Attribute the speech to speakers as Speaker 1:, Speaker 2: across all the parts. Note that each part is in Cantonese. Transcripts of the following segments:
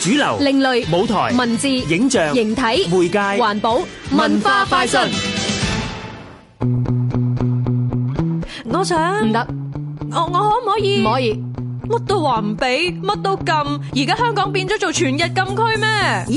Speaker 1: 主流、
Speaker 2: 另類
Speaker 1: 舞台、
Speaker 2: 文字、
Speaker 1: 影像、
Speaker 2: 形體、
Speaker 1: 媒介、
Speaker 2: 環保、文化快訊。
Speaker 3: 我想
Speaker 2: 唔得，
Speaker 3: 我我可唔可以？
Speaker 2: 唔可以。
Speaker 3: 乜都話唔俾，乜都禁。而家香港變咗做全日禁區咩？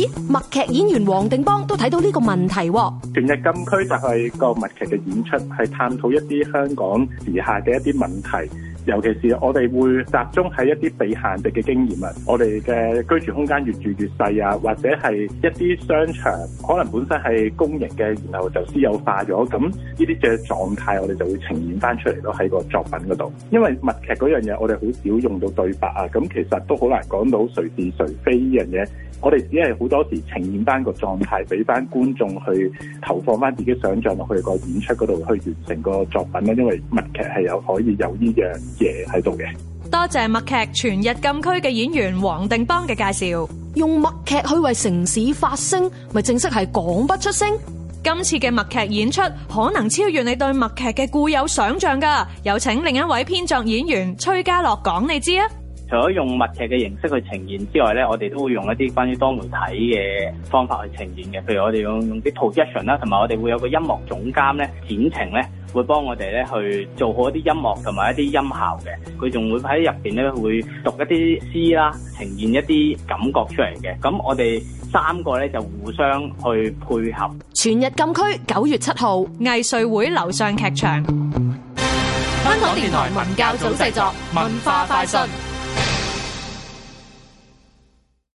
Speaker 2: 咦，默劇演員黃定邦都睇到呢個問題喎。
Speaker 4: 全日禁區就係個默劇嘅演出，係探討一啲香港時下嘅一啲問題，尤其是我哋會集中喺一啲被限制嘅經驗啊，我哋嘅居住空間越住越細啊，或者係一啲商場可能本身係公營嘅，然後就私有化咗，咁呢啲嘅狀態我哋就會呈現翻出嚟咯喺個作品嗰度。因為默劇嗰樣嘢我哋好少用到對白啊，咁其實都好難講到誰是誰非呢樣嘢。我哋只係好多時呈現翻個狀態，俾翻觀眾去投放翻自己想像落去個演出嗰度，去完成個作品啦。因為默劇係有可以有呢樣嘢喺度嘅。
Speaker 3: 多謝默劇全日禁區嘅演員黃定邦嘅介紹。
Speaker 2: 用默劇去為城市發聲，咪正式係講不出聲。
Speaker 3: 今次嘅默劇演出可能超越你對默劇嘅固有想象噶。有請另一位編作演員崔家樂講你知啊。
Speaker 5: 除咗用默劇嘅形式去呈現之外咧，我哋都會用一啲關於多媒體嘅方法去呈現嘅，譬如我哋用用啲 projection 啦，同埋我哋會有個音樂總監咧，展晴咧會幫我哋咧去做好一啲音樂同埋一啲音效嘅，佢仲會喺入邊咧會讀一啲詩啦，呈現一啲感覺出嚟嘅。咁我哋三個咧就互相去配合。
Speaker 2: 全日禁區九月七號，
Speaker 3: 藝穗會樓上劇場。
Speaker 2: 香港電台文教組製作，文化快訊。